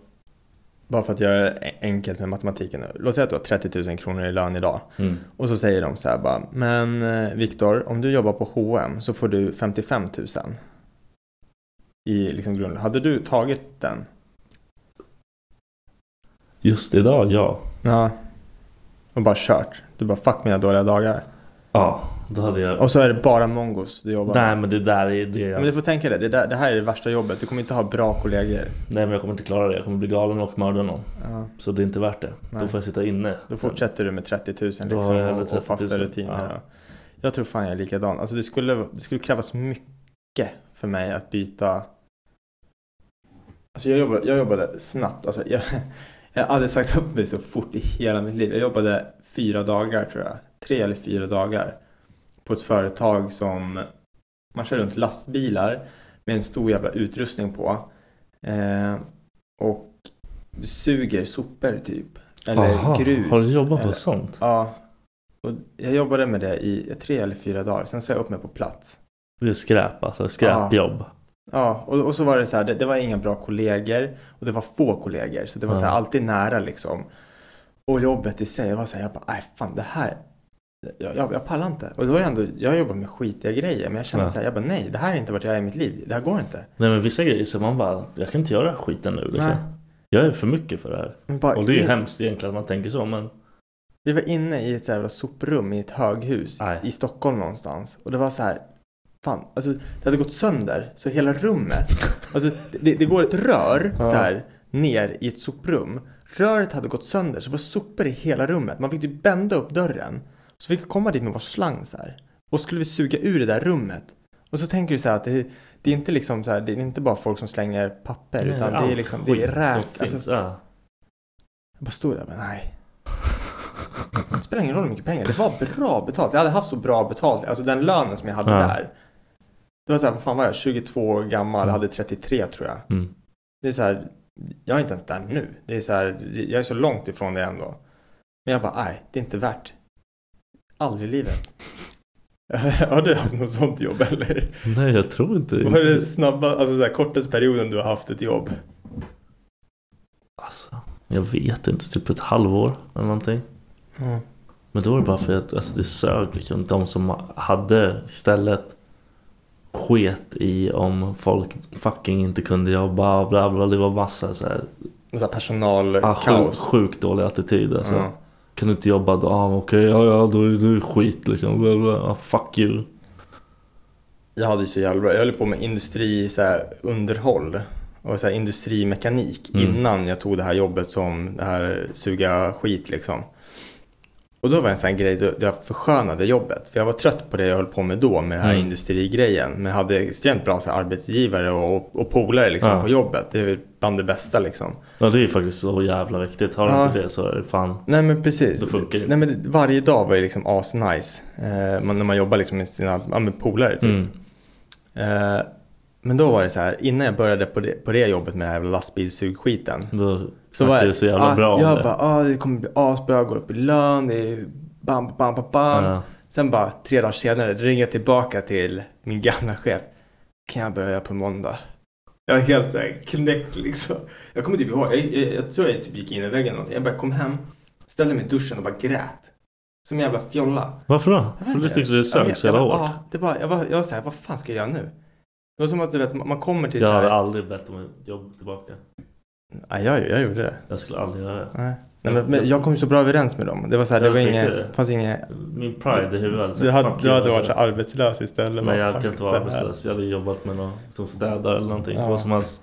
bara för att göra det enkelt med matematiken. nu. Låt säga att du har 30 000 kronor i lön idag.
Mm.
Och så säger de så här bara, men eh, Viktor, om du jobbar på H&M så får du 55 000 i liksom grund. Hade du tagit den?
Just idag, ja.
Ja. Och bara kört. Du bara fuck mina dåliga dagar.
Ja, då hade jag...
Och så är det bara mongos du jobbar med.
Nej men det där är det jag...
Men du får tänka dig, det, där, det här är det värsta jobbet. Du kommer inte ha bra kollegor.
Nej men jag kommer inte klara det. Jag kommer bli galen och mörda någon.
Ja.
Så det är inte värt det.
Nej.
Då får jag sitta inne.
Då fortsätter du med 30 000 liksom,
Då har jag hellre
och, och
30
fasta
000,
rutiner.
ja.
Ja. Jag tror fan jag är likadan. Alltså det skulle, det skulle krävas mycket för mig att byta. Alltså jag jobbade, jag jobbade snabbt. Alltså jag, jag har aldrig sagt upp mig så fort i hela mitt liv. Jag jobbade fyra dagar tror jag. Tre eller fyra dagar. På ett företag som man kör runt lastbilar med en stor jävla utrustning på. Eh, och du suger sopor typ. Eller
Aha,
grus.
Har du jobbat
eller-
på sånt?
Ja. Och jag jobbade med det i tre eller fyra dagar. Sen sa jag upp mig på plats.
Det är skräp alltså. Skräpjobb.
Ja, och, och så var det så här. Det, det var inga bra kollegor och det var få kollegor. Så det var
Ja.
så här, alltid nära liksom. Och jobbet i sig, jag var så här, jag bara, nej fan det här. Jag, jag, jag pallar inte. Och då var jag ändå, jag jobbar med skitiga grejer. Men jag kände
Ja.
så här, jag bara nej, det här är inte vart jag är i mitt liv. Det här går inte.
Nej men vissa grejer så man bara, jag kan inte göra skiten nu liksom.
Nej.
Jag är för mycket för det här.
Men bara
Och det är ju
in-
hemskt egentligen att man tänker så men...
Vi var inne i ett jävla soprum i ett höghus
Nej.
i Stockholm någonstans. Och det var så här, fan, alltså det hade gått sönder. Så hela rummet, alltså det, det går ett rör så här ner i ett soprum. Röret hade gått sönder så det var sopor i hela rummet. Man fick ju bända upp dörren. Så fick vi komma dit med vår slang så här. Och skulle vi suga ur det där rummet. Och så tänker du så här att det, det är inte liksom så här, det är inte bara folk som slänger papper
Nej,
utan det
allt
är liksom, det är
skit som
räk.
finns,
Alltså,
ja.
jag bara stod där och bara, nej. spelar ingen roll hur mycket pengar. Det var bra betalt. Jag hade haft så bra betalt. Alltså den lönen som jag hade
Ja.
där. Det var så här, vad fan var jag? 22 år gammal, hade 33 tror jag.
Mm.
Det är så här, jag är inte ens där nu. Det är så här, jag är så långt ifrån det ändå. Men jag bara, nej, det är inte värt. Aldrig i livet. har du haft något sånt jobb eller?
Nej, jag tror inte
Vad är det snabba, alltså så här, kortaste perioden du har haft ett jobb?
Alltså, jag vet inte. Typ ett halvår eller någonting.
Mm.
Men då var det bara för att alltså, det sög liksom. De som hade istället sket i om folk fucking inte kunde jobba. Bla bla. Det var massa så här,
Så
ah,
här
sjukt
personalkaos.
sjuk dålig attityd alltså.
Ja.
Kan du inte jobba då? Ah, Okej, ja ja då är du skit liksom. Bla, bla. Ah, fuck you.
Jag hade ju så jävla bra. Jag höll på med industri, så här, underhåll och så här, industrimekanik
Mm.
innan jag tog det här jobbet som det här suga skit liksom. Och då var det en sån här grej då då jag förskönade jobbet. För jag var trött på det jag höll på med då med den här
Mm.
industrigrejen. Men jag hade extremt bra så här, arbetsgivare och, och polare liksom,
Ja.
på jobbet. Det är bland det bästa liksom.
Ja det är faktiskt så jävla viktigt. Har du
Ja.
inte det så är det fan.
Nej men precis.
Då funkar det.
Nej, men det- varje dag var det liksom asnice. Eh, man, när man jobbar liksom med sina ja, med polare typ.
Mm.
Eh, men då var det så här, innan jag började på det, på det jobbet med den här jävla lastbilssugskiten.
Då
Så
så
var
var det så jävla
ah,
bra om
Jag
det.
bara, ah, det kommer bli asbra, jag går upp i lön, det är bam, bam, bam, bam.
Ja.
Sen bara tre dagar senare ringer jag tillbaka till min gamla chef. Kan jag börja på måndag? Jag var helt såhär knäckt liksom. Jag kommer typ ihåg, jag, jag, jag tror jag typ gick in i väggen eller någonting. Jag bara kom hem, ställde mig i duschen och bara grät. Som en jävla fjolla.
Varför då?
Jag vet
För du
inte.
tyckte det
Jag
sög
vet,
så jävla
jag bara,
hårt?
ah, det bara, jag, var, jag var såhär, vad fan ska jag göra nu? Det var som att du vet, man kommer till
Jag
så
hade
här...
aldrig bett om ett jobb tillbaka.
Nej, jag, jag gjorde det.
Jag skulle aldrig göra det.
Nej. Nej, men, men jag kom ju så bra överens med dem. Det var så här, det
Jag
var
fick
inget,
det.
fanns inget...
Min pride i huvudet. så
Du hade,
fuck
du
you. alltså.
hade varit så här arbetslös istället.
Nej
Bara,
jag
fuck
kan inte vara
det här.
arbetslös. Jag hade jobbat med någon som städare eller någonting.
Ja.
Vad som helst.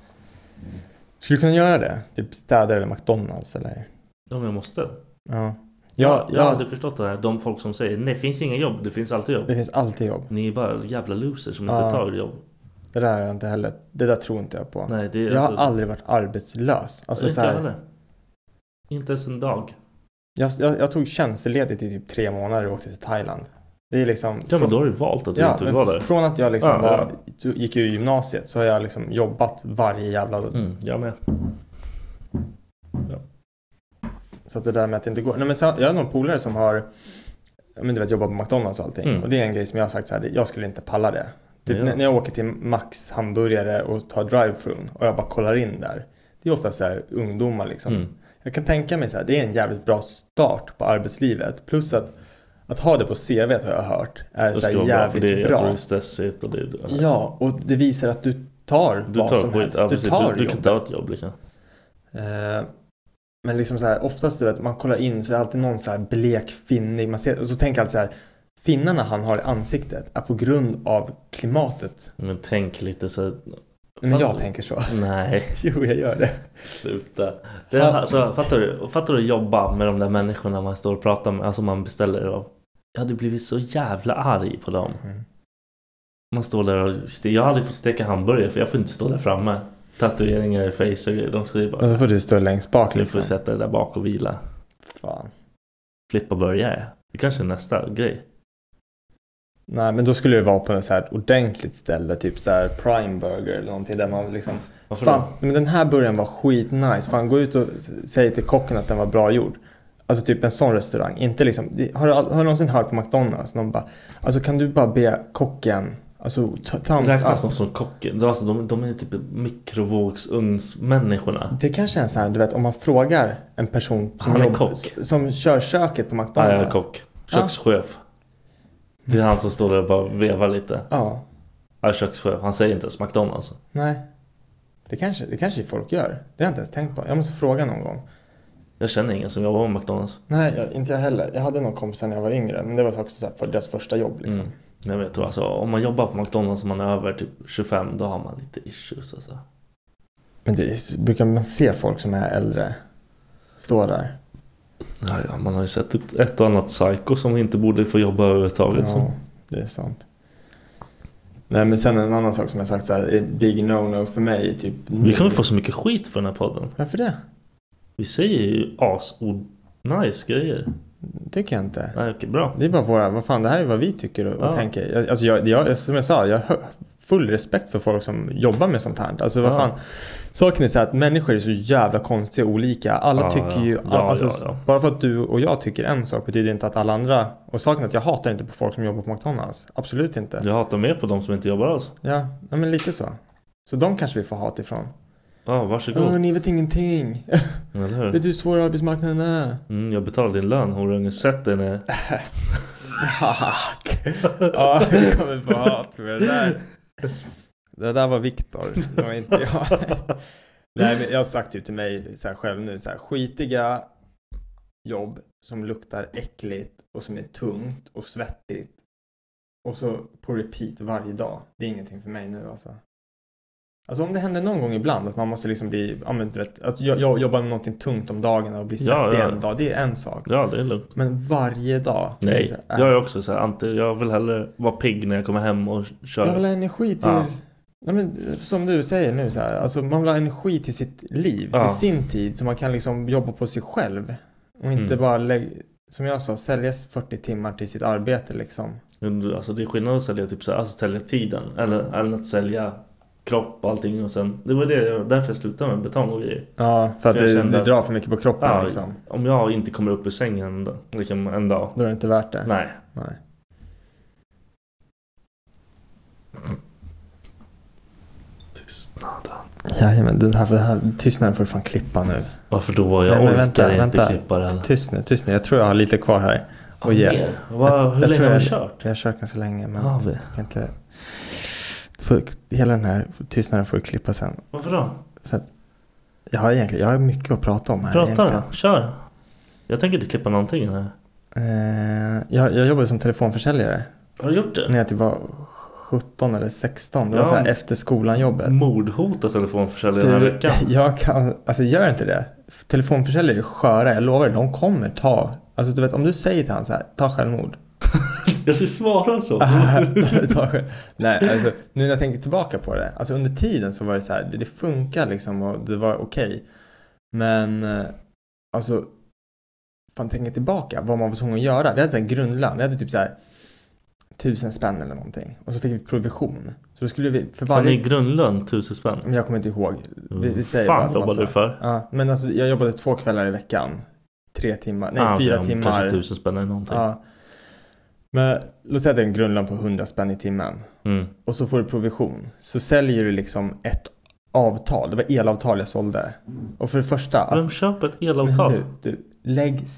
Skulle du kunna göra det? Typ städare eller McDonalds eller?
Ja men jag måste.
Ja.
Ja,
Ja,
jag har
ja,
aldrig förstått det här. De folk som säger nej det finns inga jobb. Det finns alltid jobb.
det finns alltid jobb.
Ni är bara jävla losers som
Ja.
inte tar jobb.
Det där är jag inte heller, det där tror inte jag på.
Nej det är alltså-
jag har aldrig varit arbetslös. Alltså, så
inte
här,
jag heller. Inte ens en dag.
jag, jag, jag tog tjänstledigt i typ tre månader och åkte till Thailand. Det är liksom...
Ja men
från-
då har du valt att du
Ja,
inte vill
men
vara där.
från att jag liksom
Ja,
var, gick ur gymnasiet så har jag liksom jobbat varje jävla...
Mm, jag med.
Så att det där med att det inte går. Nej, men sen, jag har någon polare som har ja, men du vet, jobbat på McDonalds och allting.
Mm.
Och det är en grej som jag har sagt så här, det- jag skulle inte palla det. Typ
Ja.
när- när jag åker till Max hamburgare och tar drive-thrun och jag bara kollar in där. Det är ofta så här ungdomar liksom.
Mm.
Jag kan tänka mig så här, det är en jävligt bra start på arbetslivet. Plus att, att ha det på CV har jag hört är
Det
så
ska
här
vara bra för
jävligt
det är, jag tror
bra.
det är stressigt och det är...
Ja, och det visar att du tar
Du
vad
tar
som
skit,
helst.
ja,
du
precis.
tar
du, du
jobbet.
kan ta ett jobb liksom.
Eh, Men liksom så här, oftast du vet, man kollar in så är det alltid någon så här blek finnig. Man ser, och så tänker jag alltid så här, finnarna han har i ansiktet är på grund av klimatet.
Men tänk lite så här-
Men jag
Fattar-
tänker så.
Nej,
Jo, jag gör det.
sluta. Det är, alltså, fattar du? Fattar du att jobba med de där människorna man står och pratar med, alltså man beställer av? Jag hade blivit så jävla arg på dem.
Mm.
Man står där och... ste- Jag har aldrig fått steka hamburgare för jag får inte stå där framme. Tatueringar i face och grejer. De säger
Och
bara...
så får du stå längst bak
Nu får
liksom.
du sätta dig där bak och vila.
Fan.
Flippa burgare. Det kanske är nästa grej.
Nej, men då skulle det vara på ett så här ordentligt ställe, typ så här Prime Burger eller någonting där man liksom...
Varför
Fan,
då?
men den här burgaren var skitnice. Fan, gå ut och s- säg till kocken att den var bra gjord. Alltså typ en sån restaurang. Inte liksom, det- har, du, all- har du någonsin hört på McDonalds? Någon bara, alltså kan du bara be kocken, alltså t- thumbs
Räknas de
up.
som kockar? Alltså, de, de är typ mikrovågsugnsmänniskorna.
Det kanske är en sån här, du vet om man frågar en person som,
Han är
jobbar-
kock.
s- som kör köket på
Nej,
McDonalds.
jag är kock. Kökschef. Det är han som står där och bara vevar lite.
Ja,
Jag är kökschef. Han säger inte ens McDonalds.
nej. Det kanske, det kanske folk gör. Det har jag inte ens tänkt på. Jag måste fråga någon gång.
Jag känner ingen som jobbar på McDonalds.
Nej, jag, inte jag heller. Jag hade någon kompis när jag var yngre, men det var också så här för deras första jobb liksom.
Mm. Jag vet alltså, om man jobbar på McDonalds och man är över typ 25, då har man lite issues alltså.
Men det är, så- brukar man se folk som är äldre stå där?
Ja, ja, man har ju sett typ ett och annat psycho som inte borde få jobba överhuvudtaget.
Ja,
Som,
det är sant. Nej, men sen en annan sak som jag sagt så här, är big no-no för mig är typ...
vi kommer få så mycket skit för den här podden.
Varför det?
Vi säger ju as nice grejer.
tycker jag inte.
Nej, okej, bra.
Det är bara våra, vad fan det här är vad vi tycker och, och
Ja.
tänker. Jag- Alltså jag, jag, som jag sa, jag har full respekt för folk som jobbar med sånt här. Alltså vad
Ja.
fan. Saken är så här att människor är så jävla konstiga och olika. Alla
Ja,
tycker
ja.
ju...
Ja,
alltså,
ja, ja.
Bara för att du och jag tycker en sak betyder inte att alla andra... Och saken är att jag hatar inte på folk som jobbar på McDonalds. Absolut inte.
Jag hatar mer på de som inte jobbar alls.
Ja, ja men lite så. Så de kanske vi får hat ifrån.
Ja,
Åh,
varsågod.
ni vet ingenting.
Eller hur?
Vet du hur svår arbetsmarknaden är?
Mm, jag betalar din lön, horunge. Sätt dig ner.
Fuck. ja, vi kommer få hat för det där. Det där var Viktor, det var inte jag. Nej, men jag har sagt typ till mig så här själv nu, så här, skitiga jobb som luktar äckligt och som är tungt och svettigt. Och så på repeat varje dag. Det är ingenting för mig nu alltså. Alltså om det händer någon gång ibland att man måste liksom bli, ja men du vet, att jag, jag jobbar med någonting tungt om dagen och blir
Ja,
svettig
ja.
en dag, det är en sak.
Ja, det är lugnt.
Men varje dag. det är
Nej,
så här, äh.
jag är också så här, anti, jag vill hellre vara pigg när jag kommer hem och
Jag vill
köra.
ha energi till...
Ja.
Ja, men, som du säger nu så här, alltså man vill ha energi till sitt liv,
Ja.
till sin tid, så man kan liksom jobba på sig själv. Och inte
Mm.
bara, lägga, som jag sa, sälja 40 timmar till sitt arbete liksom.
Men du, Alltså det är skillnad att sälja typ så här, alltså sälja tiden. Eller, eller att sälja kropp och allting och sen. Det var det, jag- därför jag slutade med betong och grejer.
Ja, för att
jag
det,
kände
det
att-
drar för mycket på kroppen
Ja,
liksom.
Om jag inte kommer upp ur sängen en dag- liksom en dag.
Då är det inte värt det.
Nej.
Nej.
Tystnaden.
Jajamän, den här, den här tystnaden får du fan klippa nu.
Varför då? Jag
Nej, men
orkar
vänta,
inte
vänta.
klippa den.
Tyst nu, tyst nu. Jag tror jag har lite kvar här. Och ge.
Mer? Vad-
Jag-
hur
jag
länge
tror
har vi
jag-
kört?
Jag har kört ganska länge men
Har vi?
jag kan inte... Du Får, hela den här tystnaden får du klippa sen.
Varför då?
Jag har egentligen, jag har mycket att prata om här
Prata
egentligen.
då, kör. Jag tänker inte klippa någonting här.
Eh, jag, jag jobbade som telefonförsäljare
Har du gjort det?
när jag typ var 17 eller 16. Det
Ja.
var så här efter skolan jobbet.
Mordhot av telefonförsäljare den här veckan.
jag kan, alltså gör inte det. Telefonförsäljare är sköra, jag lovar dig. De kommer ta, alltså du vet om du säger till han så här, ta självmord.
Jag ska svara
Ah,
så.
Ta själv- Nej, alltså nu när jag tänker tillbaka på det. Alltså under tiden så var det så här, det, det funkar liksom och det var okej. Men eh, alltså, fan tänker tillbaka vad man var tvungen att göra. Vi hade så här grundlön, vi hade typ så här tusen spänn eller någonting. Och så fick vi provision. Så då skulle vi, för
Har ni
varje...
grundlön tusen spänn?
Men jag kommer inte ihåg. Vi, vi säger bara
Fan
att det var
jobbade
så.
du för?
Ja, men alltså jag jobbade två kvällar i veckan. Tre timmar, nej
Ah,
fyra
okej, om
timmar.
Kanske tusen spänn eller någonting.
Ja. Men låt säga att det är en grundlön på 100 spänn i timmen.
Mm.
Och så får du provision. Så säljer du liksom ett avtal. Det var elavtal jag sålde. Och för det första. att-
Vem köper ett
Men
elavtal?
du, du, lägg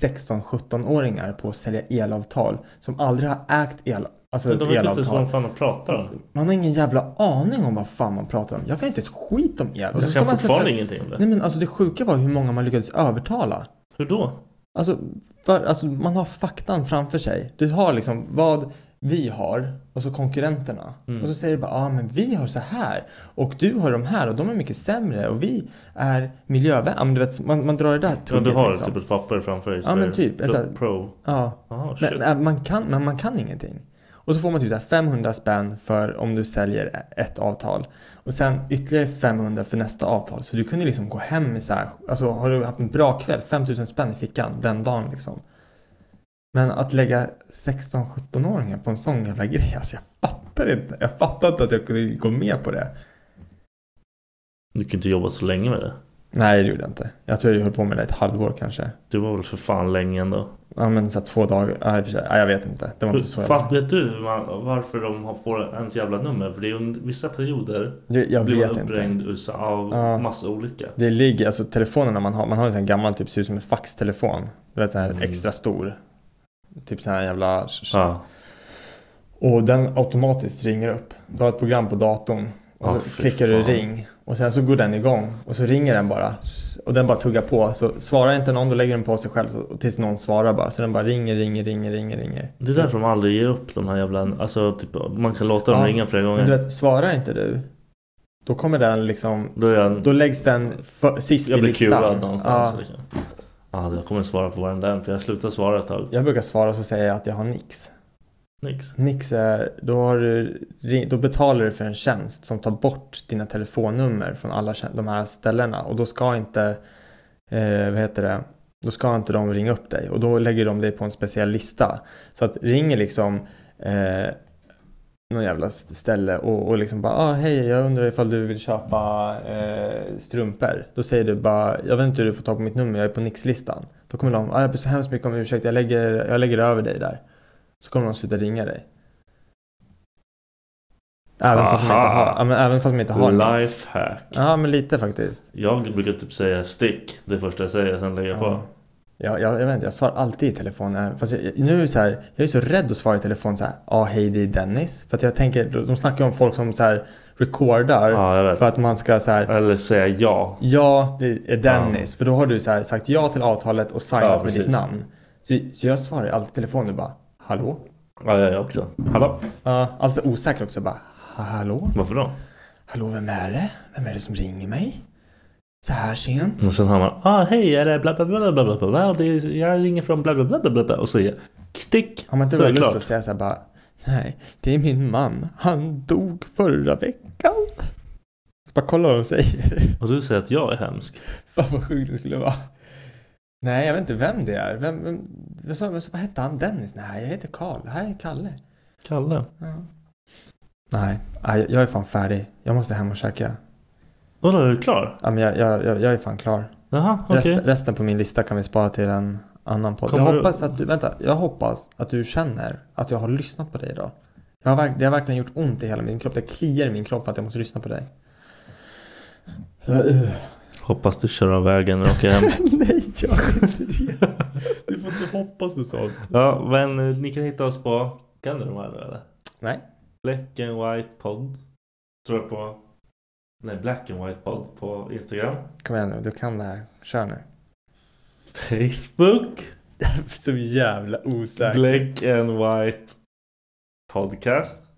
16-17-åringar på att sälja elavtal. Som aldrig har ägt el, alltså
Men
ett
de vet ju inte ens vad
elavtal.
de fan pratar om.
Man har ingen jävla aning om vad fan man pratar om. Jag kan inte ett skit om el. Och så
Jag
ska
kan
man
fortfarande
försöka-
ingenting om det.
Nej men alltså det sjuka var hur många man lyckades övertala.
Hur då?
Alltså, för, alltså man har faktan framför sig. Du har liksom vad vi har och så konkurrenterna.
Mm.
Och så säger du bara, ja ah, men vi har så här och du har de här och de är mycket sämre och vi är miljövänliga. men du vet, man, man drar det där
Ja,
tugget
du har
liksom.
typ ett papper framför dig.
Ja, men typ,
Pro.
alltså-
pro.
Ja.
Ah, shit.
Men, nej, man kan, men man kan ingenting. Och så får man typ så här 500 spänn för om du säljer ett avtal. Och sen ytterligare 500 för nästa avtal. Så du kunde liksom gå hem med så här, alltså har du haft en bra kväll, 5000 spänn i fickan den dagen liksom. Men att lägga 16-17-åringar på en sån jävla grej, alltså jag fattar inte. Jag fattar inte att jag kunde gå med på det.
Du kan inte jobba så länge med det.
Nej, det gjorde jag inte. Jag tror jag höll på med det ett halvår kanske.
Du var väl för fan länge ändå.
Ja men så här två dagar, ja, i och för sig. ja, jag vet inte. Det var inte så
Fast vet du hur man- varför de har- får ens jävla nummer? För det är under vissa perioder
Jag, jag
blir
vet
man
inte.
uppringd ur- av
Ja.
massa olika.
Det ligger, alltså telefonerna man har, man har en sån här gammal typ, ser ut som en faxtelefon. Du vet sån här
Mm.
extra stor. Typ sån här jävla...
Ja.
Och den automatiskt ringer upp. Du har ett program på datorn. Och
Ah,
så
fy
klickar du
fan.
ring. Och sen så går den igång. Och så ringer den bara. Och den bara tuggar på. Så svarar inte någon, då lägger den på sig själv. Så, tills någon svarar bara. Så den bara ringer, ringer, ringer, ringer, ringer.
Det är därför de aldrig ger upp de här jävla... Alltså typ, man kan låta dem
Ja,
ringa flera gånger.
Men du vet, svarar inte du. Då kommer den liksom...
då är jag,
Då läggs den för, sist
jag
i
blir
listan.
kulad någonstans.
Ja.
Liksom. Ja, jag kommer svara på varenda en för jag slutar svara ett tag.
Jag brukar svara så säger jag att jag har nix.
Nix.
Nix är, då, har du, ring- då betalar du för en tjänst som tar bort dina telefonnummer från alla tjän- de här ställena och då ska inte, eh, vad heter det, Då ska inte de ringa upp dig och då lägger de dig på en speciell lista. Så att ringer liksom eh, någon jävla ställe och, och liksom bara ah, hej jag undrar ifall du vill köpa eh, strumpor. Då säger du bara jag vet inte hur du får tag på mitt nummer, jag är på Nix-listan. Då kommer de ah, jag ber så hemskt mycket om ursäkt, jag lägger, jag lägger över dig där. Så kommer de sluta ringa dig. Även fast man inte har,
Aha.
ja, men även fast man inte har Nix.
Lifehack.
Ja men lite faktiskt.
Jag brukar typ säga stick det första jag säger, sen lägger jag på.
Ja, jag, jag vet inte, jag svarar alltid i telefon. eh, Fast jag- jag, nu så här, jag är så rädd att svara i telefon så här, ja ah, hej det är Dennis. För att jag tänker, de de snackar ju om folk som så här recordar
Ja, jag vet.
för att man ska så här,
Eller säga ja.
ja det är Dennis. För då har du så här, sagt ja till avtalet och signat
Ja,
med ditt
precis.
namn. Så, så jag svarar alltid i telefon nu bara, hallå?
Ja, jag också. Hallå?
Ja, alltså osäker också bara, hallå?
Varför då?
Hallå vem är det? Vem är det som ringer mig? Så här sent?
Och sen har man ah, hej, är det bla bla bla bla bla bla bla och det är, jag ringer från bla bla bla bla bla bla och säger stick.
Har man inte
Så
bara
är det
lust
klart.
att säga så här bara Nej, det är min man. Han dog förra veckan. Så bara kolla vad de säger.
Och du säger att jag är hemsk.
Fan vad sjukt det skulle vara. Nej, jag vet inte vem det är. Vem, vem, vad, sa, vad sa- vad hette han? Dennis? Nej, jag heter Karl. Det här är Kalle.
Kalle.
Nej, nej, jag är fan färdig. Jag måste hem och käka.
Vadå, är du klar?
Ja, men jag, jag, jag, jag är fan klar.
Jaha, okej.
Resten, resten på min lista kan vi spara till en annan podd. Jag
Kommer du-
hoppas, att du, vänta, jag hoppas att du känner att jag har lyssnat på dig idag. Jag har, verk- det har verkligen gjort ont i hela min kropp. Det kliar i min kropp för att jag måste lyssna på dig.
Hoppas du kör av vägen och åker hem.
Nej, gör inte det. Du får inte hoppas på sånt.
ja, men eh, ni kan hitta oss på... Kan du de här nu eller?
Nej.
Black and White Pod. Tror jag på. Nej, Black and White Pod på Instagram.
Kom igen nu, du kan det här. Kör nu.
Facebook.
Så jävla osäker.
Black and White Podcast.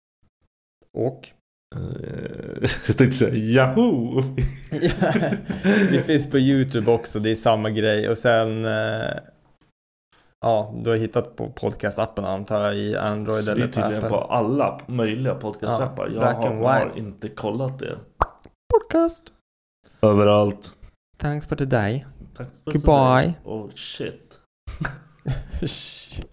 Och?
Eh, Jag tänkte säga Yahoo!
Vi finns på YouTube också, det är samma grej. Och sen... Eh, ja, du har hittat på podcastappen antar jag i Android
Så det
eller
är
på Apple.
tydligen på alla möjliga podcastappar.
Ja,
jag
black
har,
and
har
white.
inte kollat det.
Podcast.
Överallt.
Thanks for today.
Tack så mycket.
Goodbye.
Oh shit.